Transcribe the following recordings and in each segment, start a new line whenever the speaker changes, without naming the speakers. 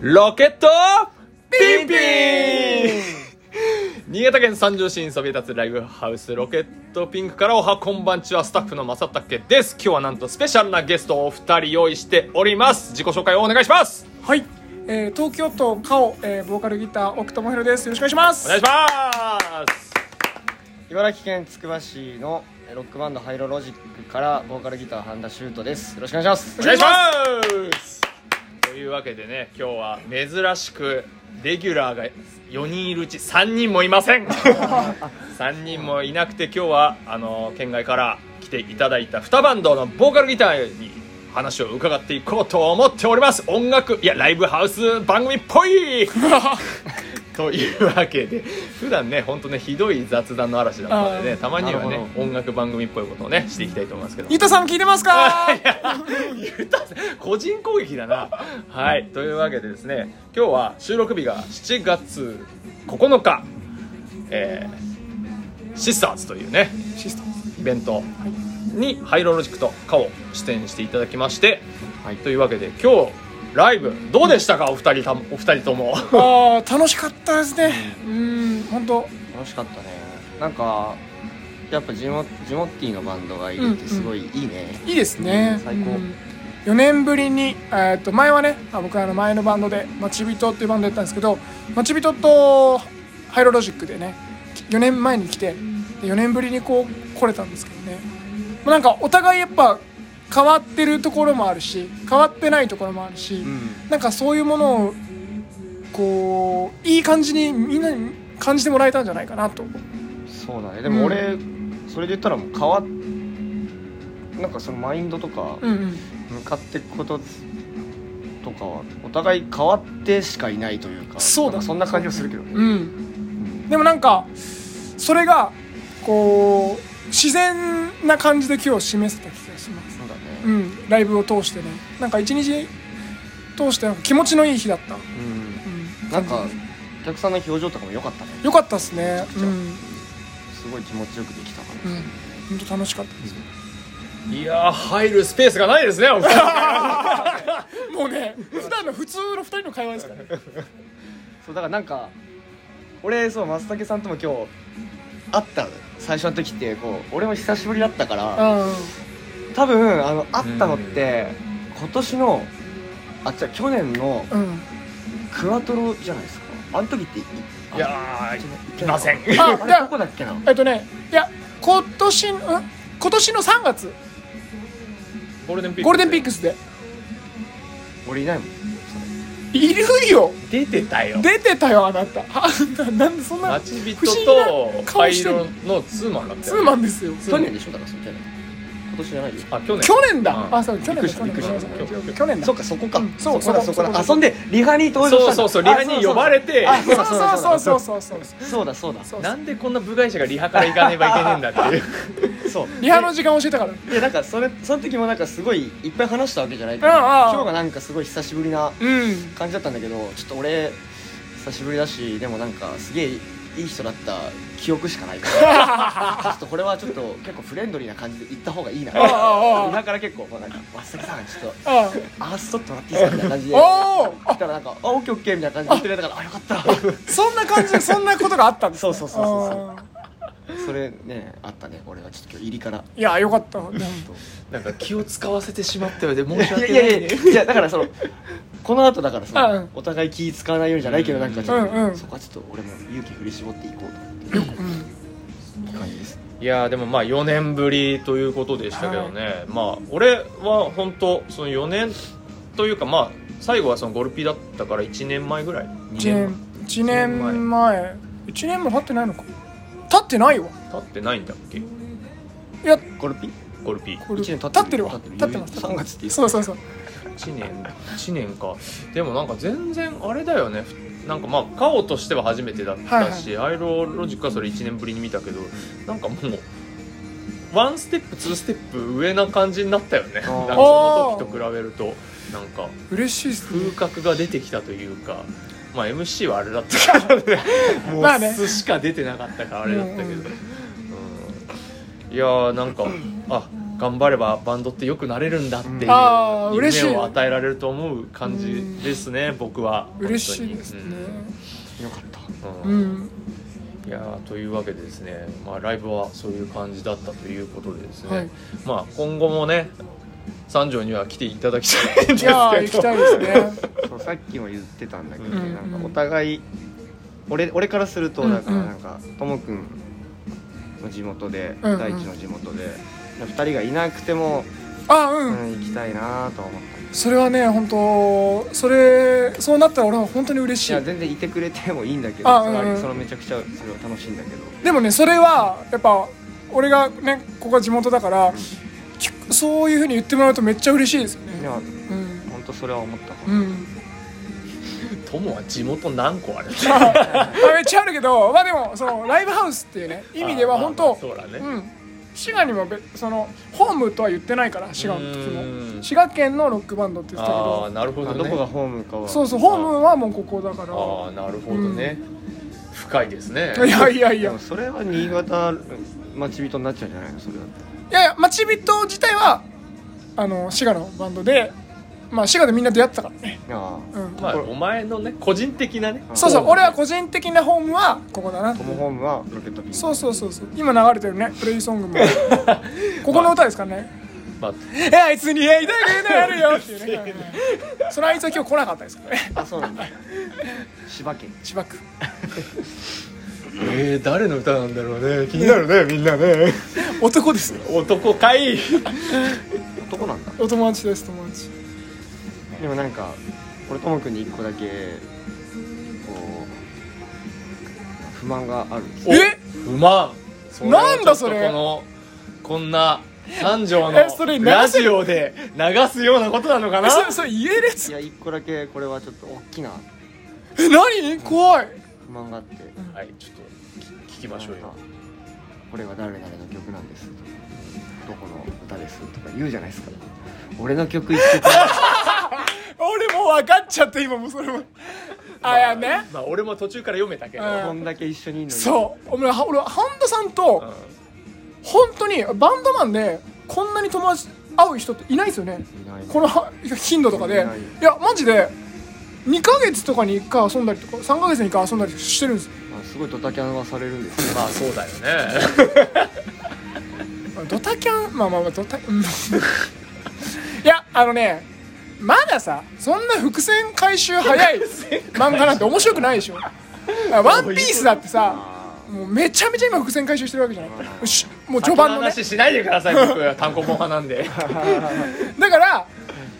ロケットピンピン
ピ
新潟県三条市にそびえ立つライブハウスロケットピンクからおはこんばんちはスタッフの正竹です今日はなんとスペシャルなゲストをお二人用意しております自己紹介をお願いします
はい、えー、東京都カオ、えー、ボーカルギター奥智弘ですよろしくお願いします
お願いします
茨城県つくば市のえーロックバンドハイロロジックからボーカルギター半田修斗ですよろしくお願いします
お願いしますというわけでね今日は珍しくレギュラーが4人いるうち3人もいませ ん3人もいなくて今日はあの県外から来ていただいた2バンドのボーカルギターに話を伺っていこうと思っております音楽いやライブハウス番組っぽい というわけで普段ね本当ねひどい雑談の嵐だったので
あ
ねたまには
なる
ね
ほ
音楽番組っぽいことをねしていきたいと思いますけど
ゆたさん聞いてますか
いや言ったぜ個人攻撃だなはいというわけでですね今日は収録日が7月9日えーシスターズというね
シスト
イベントにハイロロジックとカを出演していただきまして、
はい
というわけで今日ライブどうでしたかお二人たもお二人とも
あー楽しかったですねうん本当
楽しかったねなんかやっぱジモジモッティのバンドがいるってすごいいいね、
いいですね
最高
うん4年ぶりに、えー、と前はねあ僕あの前のバンドで「まちびと」っていうバンドやったんですけどまちびととハイロロジックでね4年前に来て4年ぶりにこう来れたんですけどねまあなんかお互いやっぱ変わってるところもあるし変わってないところもあるし、なんかそういうものをこういい感じにみんなに感じてもらえたんじゃないかなと
そうだねでも俺、それで言ったらもう変わっなんかそのマインドとか
うんうん
向かっていくこととかはお互い変わってしかいないというか
そうだ
なんかそんな感じがするけどね
うん、でもなんかそれがこう自然な感じで今日示せた気がします、
そうだね、
うん、ライブを通してねなんか一日通してなんか気持ちのいい日だった、う、
うんなんかお客さんの表情とかも良かったね
よかったですね
めちゃく
う
ち
ん
ゃ、すごい気持ちよくできたから、
うん、本当楽しかったです
いやー入るスペースがないですねお二人
もうね普段の普通の2人の会話ですからね
そうだからなんか俺そう松竹さんとも今日会った最初の時ってこう俺も久しぶりだったから多分あの会ったのって今年のあ違う去年の
うんうん
クワトロじゃないですかあの時ってい
いや
い
ーいません
あ
あ
あ
じゃ
れ
あ
どこだっけな
えっとねいや今年のん今年の3月
ゴールデンピ
ゴールデンピックスで
俺いないもん
いるよ
出てたよ
出てたよあなたあななんでそんな
待ち人
不思議
と
な
パ
顔
イ
してる
ロのツーマンだったよね
ツーマンですよ
去年でしょだからそれ去年今年じゃないよ
あ去年
去年だ、
うん
あそう去年だ去
びっ
年
くりした
だ
びっくりした
去年だ
そっかそこか、
うんそ
そうこだ
そ
そ
こ
こ
だ
だあそんでリハに登場したんだ
そうそうそうリハに
あそうそう
呼ばれて
あそうだそうだ
そう
そう
そうそうそうそうそう
だそうだそうだ
そう
なんでこんな部外者がリハから行かねばいけねえんだっていう
そう
リハの時間教えたから
いやなんかそれその時もなんかすごいいっぱい話したわけじゃないけど
うんうん
今日がなんかすごい久しぶりな
うん
感じだったんだけどちょっと俺久しぶりだしでもなんかすげえいい人だった記憶しかないか らちょっとこれはちょっと結構フレンドリーな感じで行った方がいいな
ああああ
だから結構まあなんか「松崎さんちょっと
あ
あーっそっともらっていいですか」みたいな感じで
おー
行ったらなんか「あオッケーオッケー」みたいな感じで言ってくれたから「あよかった
そんな感じでそんなことがあったん」です
そうそうそうそうそう
あ
それねあったね俺はちょっと今日入りから
ーいやよかったうん
なんか気を使わせてしまったようで申し
いや
訳
い
ない,、ね、
やいやいやだからそのこの後だから
あうん
さお互い気使わないようにじゃないけどなんかちょっと、
うんうん
そこはちょっと俺も勇気振り絞っていこうと思って感じです
いやーでもまあ4年ぶりということでしたけどね、まあ俺は本当その4年というかまあ最後はそのゴルピだったから1年前ぐらい2
1年1年前1年も経ってないのか経ってないわ
経ってないんだっけ
いや
ゴルピ
ゴルピ1
これ
一年経って
経
る
ってるわ
経ってる
経ってます
三月って言う
そうそうそう
年1年かでもなんか全然あれだよねなんかまあ顔としては初めてだったし、アイロロジックはそれ1年ぶりに見たけどなんかもうワンステップツーステップ上な感じになったよねなん
あ
か
ー
その時と比べるとなんか
嬉しいっすね
風格が出てきたというか、まあ、MC はあれだったからねも
まあね
う素しか出てなかったからあれだったけど、
うんうん
うんいやーなんかあ頑張ればバンドって良くなれるんだっていう
あー嬉しい
夢を与えられると思う感じですね僕は
嬉しいですね、
よかった
本当
う
にうん
ん、
いやーというわけでですね、まあ、ライブはそういう感じだったということでですね、
はい
まあ今後もね三条には来ていただきたいんですけど
いやー行きたいですね
そうさっきも言ってたんだけど、
うん
なんかお互い俺俺からすると
うん
だからなんかともくんの地元で、
うんうん
大地の地元で2人がいなくても、
あ
う
うんん、
行きたいなとは思った
それはね本当それそうなったら俺は本当に嬉し
いや
い
全然いてくれてもいいんだけど
あ
それは
うんうん
それはめちゃくちゃそれは楽しいんだけど
でもねそれはやっぱ俺がねここが地元だからきそういうふうに言ってもらうとめっちゃ嬉しいですよ
い
ね
や
うん
本当それは思ったか
う
ら
ん
友は地元何個ある
あめっちゃあるけどまあでもそのライブハウスっていうね意味では本
まあま
当
あそうだね、
うん滋賀にもべそのホームとは言ってないから滋賀の時
うん
も滋賀県のロックバンドって言ってたけ
ああ
ど
なるほど
まあ
ね
どこがホームかは
そうそうホームはもうここだから
ああなるほどね、深いですね
いやいやい
で
や
もそれは新潟町人になっちゃうんじゃないのそれだって
いやいや町人自体はあの滋賀のバンドでまあ滋賀でみんな出会ってたからね、
ああ
うん
まあお前のね個人的なね
あ
そうそう
ホーム
俺は個人的なホームはここだな
トムホームはロケットピン
そうそうそうそう今流れてるねプレイソングも ここの歌ですから ね
まあ
「えあいつに会いたくなるよ」っていうねはいはいそのあいつは今日来なかったですからね
あそうなんだ千葉県
千葉区
えー、誰の歌なんだろうね気になるねみんなね
男ですよ
男かい
男なんだ
お友達です友達
でもなんか俺ともくんに一個だけこう不満があるんですよ
え
不満それは
なんだそれ
ちょっとこのこんな三条の
えそれ流せ
ラジオで流すようなことなのかな
えそれそれ言えるやつ
いや一個だけこれはちょっと大きな
え何怖い
不満があって
はいちょっと聞聞きましょうよ
これは誰々の曲なんですとかどこの歌ですとか言うじゃないですか俺の曲一曲
俺もう分かっちゃって今もうそれもあいやね
まあ俺も途中から読めたけど、
うん
こんだけ一緒にいるのに
そう俺は俺は本田さんと、本当にバンドマンでこんなに友達会う人っていないですよね
いない
このは頻度とかで
いない
いやマジで2ヶ月とかに1回遊んだりとか3ヶ月に1回遊んだりしてるんですよ
まあすごいドタキャンはされるんですよ
まあそうだよね
ドタキャンまあまあまあドタ うんいやあのねまださそんな伏線回収早い漫画なんて面白くないでしょ「ワンピースだってさもうめちゃめちゃ今伏線回収してるわけじゃないしもう序盤のね
先話しないでください僕は単行本派なんで
だから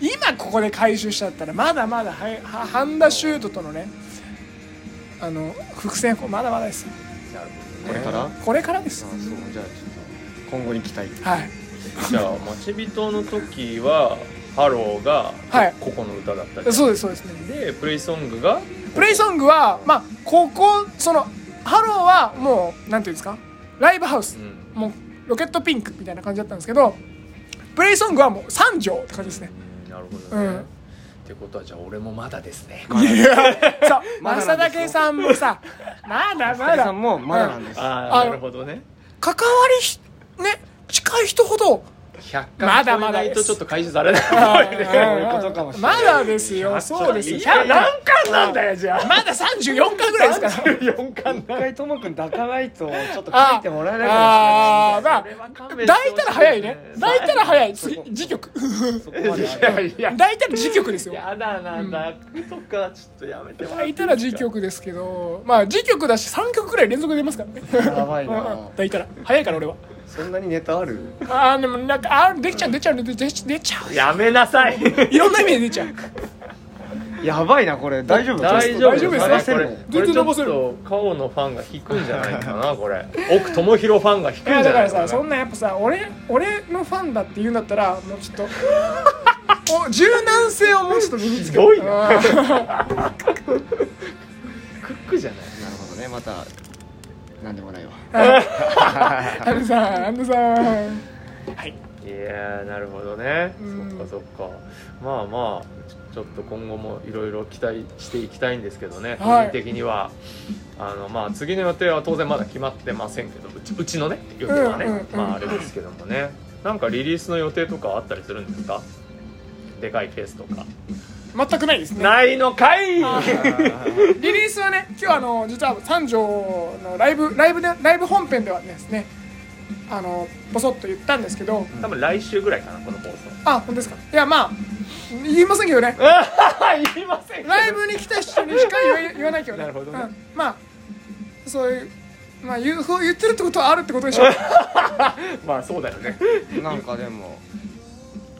今ここで回収しちゃったらまだまだはやは半田修斗とのねあの伏線まだまだですよ
これからあ
これからです
そうじゃあちょっと今後に期待
はい
じゃあ待ち人の時はハローが
はい
ここの歌だったり、
そうですそうですね
でプレイソングが
プレイソングはまあここそのハローはもうなんていうんですかライブハウス、
うん
もうロケットピンクみたいな感じだったんですけどプレイソングはもう三条って感じですね
なるほどね、
うん
ってことはじゃあ俺もまだですね
そう
まだ
正
なん
竹
ですよ
さんも さまだま
二人
だ
さんもまだなんですよ
ああ
あ
なるほどね
関わりひね近い人ほど
100
ま
回
だ
超
ま
え
だ
な
で
い
す
とちょっと回収されない
いうことかもしれ
ま
ない
だですよそうですよ
いや何巻なんだよじゃあ
まだ34巻ぐらい ですから
4巻
一
だ
回ともくん抱かないとちょっと
あ
書いてもらえない
あ
か
ーま あ抱いたら早いね抱いたら早い次次曲
もしれないそこまである
いやいや
抱いたら次曲ですよ
やだなだとかちょっとやめてもら
抱
っ
い
て
た
い
ら次曲ですけどまあ次曲だし3曲ぐらい連続で出ますからね
やば いな
抱いたら早いから俺は
そんなにネタある
あーでもなんかあーできちゃう出ちゃう出ちゃう出ちゃう
やめなさい
いろんな意味で出ちゃう
やばいなこれ大丈夫
大
夫
丈
大丈
夫
夫です
です
ね
ねこ
これ
れ
全然伸ばせる
これちょっとカオのファンが引くんじゃないかなこ れ奥智弘ファンが引くん
い
じ
や
ゃ
だか
な
ら
いか
さ
な
そんなやっぱさ俺俺のファンだって言うんだったらもうちょっともう柔軟性をもうちょっと 身につ
す
けて
ごいな
あー
クックじゃない
なるほどねまたなんでも ないわ
あのさあのさはい
いやーなるほどね、
うん
そっかそっかまあまあちょちょっと今後もいろいろ期待していきたいんですけどね、
はい
個人的にはあのまあ次の予定は当然まだ決まってませんけどうちうちのね予定はね、
うんうんうん
まああれですけどもねなんかリリースの予定とかあったりするんですかでかいケースとか
全くないですね
ないのかい
リリースはね今日あの実は三条のライブライブでライブ本編ではですねあのボソッと言ったんですけど
多分来週ぐらいかなこの放送
あ本当ですかいやまあ言いませんけどね
言いません
ライブに来た人にしか言 わ言わないけどね
なるほどね
うんまあそういうまあ言う言ってるってことはあるってことで しょう
まあそうだよね
なんかでも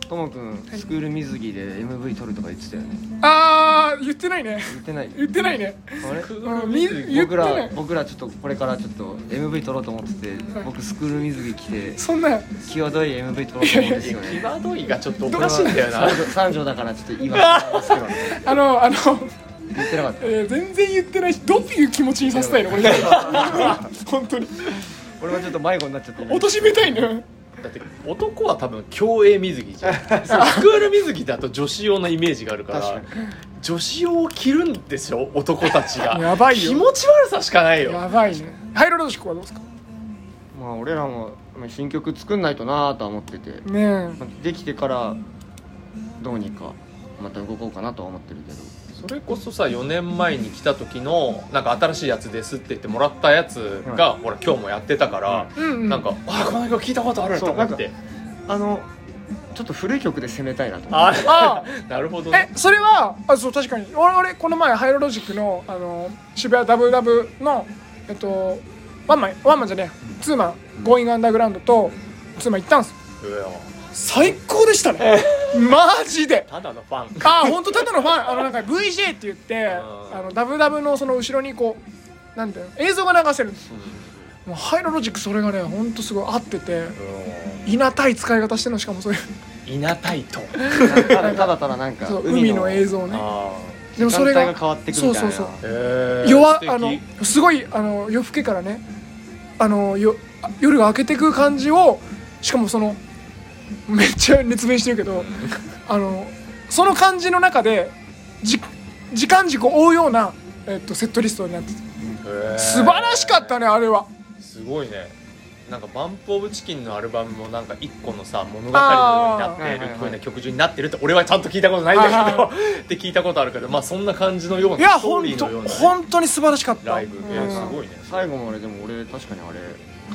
ともくんスクール水着で MV 撮るとか言ってたよね
あー言ってないね
言ってない
言ってないね
あ れ
うんみ言っ
僕
てな
ら
い
僕らちょっとこれからちょっと MV 撮ろうと思ってて僕スクール水着着て
そんな
際どい MV 撮ろうと思うんですよね
際どいがちょっとおかしいんだよな
三条三条だからちょっと言い訳なんですけどね
あのあの、
言ってなかった
えー全然言ってないしどういう気持ちにさせたいのこ れ本当に
俺はちょっと迷子になっちゃって
貶めたいのよ
だって男は多分競泳水着じ ゃんスクール水着だと女子用のイメージがあるから
確
女子用を着るんですよ男たちが
やばいよ
気持ち悪さしかないよ
やばいねハイロロジックはどうですか
まあ俺らもまあ新曲作んないとなぁとは思ってて、
ね
まあできてからどうにかまた動こうかなとは思ってるけど
それこそさ4年前に来た時のなんか新しいやつですって言ってもらったやつが、ほら今日もやってたから、
えうん、うん、
なんか「あこの曲聞いたことある」
そう
と思って
あのちょっと古い曲で攻めたいなと 思って
ああ
あ
なるほど
え
ね
それはあそう確かに俺俺この前ハイロロジックのあの渋谷ダブダブのえっとワンマンワンマンじゃねえツーマン「ゴーイングアンダーグラウンド」とツーマン行ったんです
うわ
最高でしたねマジで
ただのファン
あ本当ただのファンあのなんか VJ って言って
うん
あのダブダブのその後ろにこうなんていうの映像が流せるんですもうハイロロジックそれがね本当すごい合ってていなたい使い方してるのしかもそういう
いなたいと
ただただただなんか
そう海の映像ね
あ
でもそれ
時間
が
帯が変わってくみたい
そう
な
そう
ー
そう
へー
弱
素敵
あのすごいあの夜更けからねあのよあ夜が明けてく感じをしかもそのめっちゃ熱弁してるけどあのその感じの中でじ時間軸を追うような、えっと、セットリストになってて
へー
素晴らしかったねあれは
すごいねなんかバンプ・オブ・チキンのアルバムもなんか一個のさ物語のようにな
あー
ってるふうな曲順になってるって俺はちゃんと聞いたことないんだけどって聞いたことあるけどまあそんな感じのようない
や
ストー
本
リー
当
のようなね
本当に素晴らしかった
ライブ
うん
いやすごいね
最後も俺でも俺確かにあれ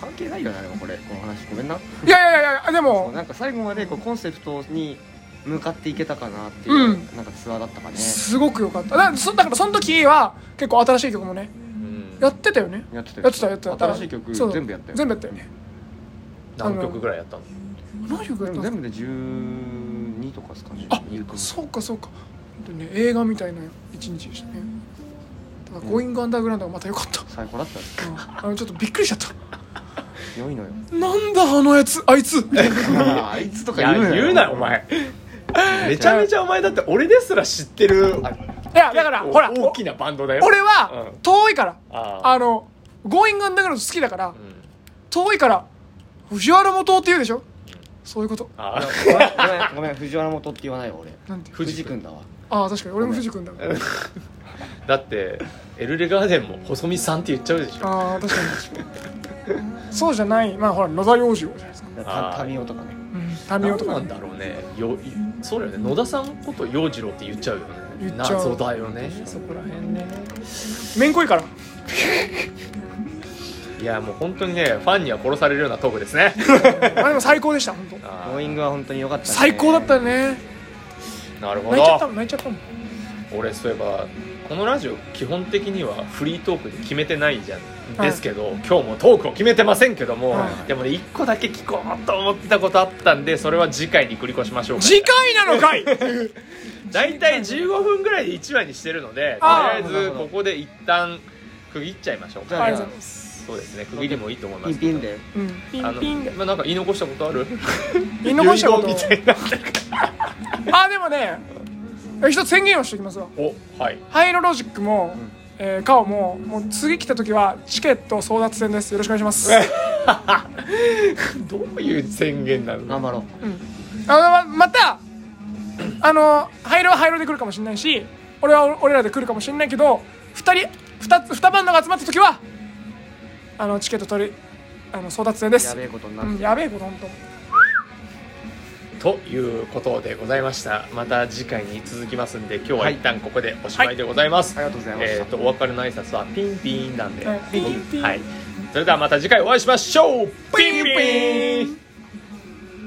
関係ないよねでもこれこの話ごめんない
やいやいやでも
なんか最後までこうコンセプトに向かっていけたかなっていう、
う
なんかツアーだったかね
すごく良かっただからそだからその時は結構新しい曲もね
うん
やってたよね
やってた
やってたやってた
新しい曲
そう
全部やったよ
全部やったよね
何曲ぐらいやったの
何曲やったんですか
全部で12とかですかね
あ
入力
そうかそうかでね映画みたいな一日でしたねだから「ゴーイングアンダーグラウンド」がまた良かった、
最高だったよ
うん あのちょっとびっくりしちゃった
良いのよ
なんだあのやつあいつみたいな
あいつと
いや言うなよお前めちゃめちゃお前だって俺ですら知ってる
いやだからほら
大きなバンドだよ
俺
う
は
ん
遠いから
あー
あの「ゴーイングアンダーグラウンド」好きだから
うん
遠いから藤原元雄って言うでしょそういうこと
あー
ごめんごめんご めん藤原元って言わないわ 俺
なんていう
藤
藤
君
君だわ
ああ確かに俺も藤君だから
だってエルレガーデンも細見さんって言っちゃうでしょ
ああ確かにそうじゃないまあほら野田洋次郎じゃないですか
あー
た民夫とかね
タミオと
な
か
ん
ね
なんだろうねよそうだよね野田さんこと洋次郎って言っちゃうよね
言っちゃう
謎だよねそこら辺ね
めんこいから
いやもう本当にねファンには殺されるようなトークですね
まあでも最高でした本当
あ
ボーイングは本当に良かったね
最高だったよね
ーなるほ
泣いちゃった
ど
もん泣いちゃったもん
俺そういえばこのラジオ基本的にはフリートークで決めてないじゃん
はい
ですけど、今日もトークを決めてませんけども、
はい
でもね1個だけ聞こうと思ってたことあったんでそれは次回に繰り越しましょうか
次回なのかい
大体15分ぐらいで1話にしてるのでとり
あ
あ
ー
えずここで一旦区切っちゃいましょう
じ
か
ゃ
あ
あ
り
り
が
が
とうござ
とうご
います
そうですね区切りもいいと思いま
ピン
す
ピンで
うんピ
あ
ン
の
ピンで
まあなんか言い残したことある
言い残したこ
遺言みた
と
いな
あでもね一つ宣言をしておきますわ
おはい
ハイロロジックも、えー、カオももう次来た時はチケット争奪戦ですよろしくお願いします
どういう宣言なの
頑張ろう
あのままたあのハイロはハイロで来るかもしれないし俺は俺らで来るかもしれないけど2人二つ二バンドが集まった時はあのチケット取りあの争奪戦です
やべえことにな
う
っ
ん
て
やべえこと本当
ということでございましたまた次回に続きますんで今日は一旦ここでおしまいでございます、
ありがとうございました
えっ、とお別れの挨拶はピンピンなんで、
はいピンピン
はい、それではまた次回お会いしましょうピンピン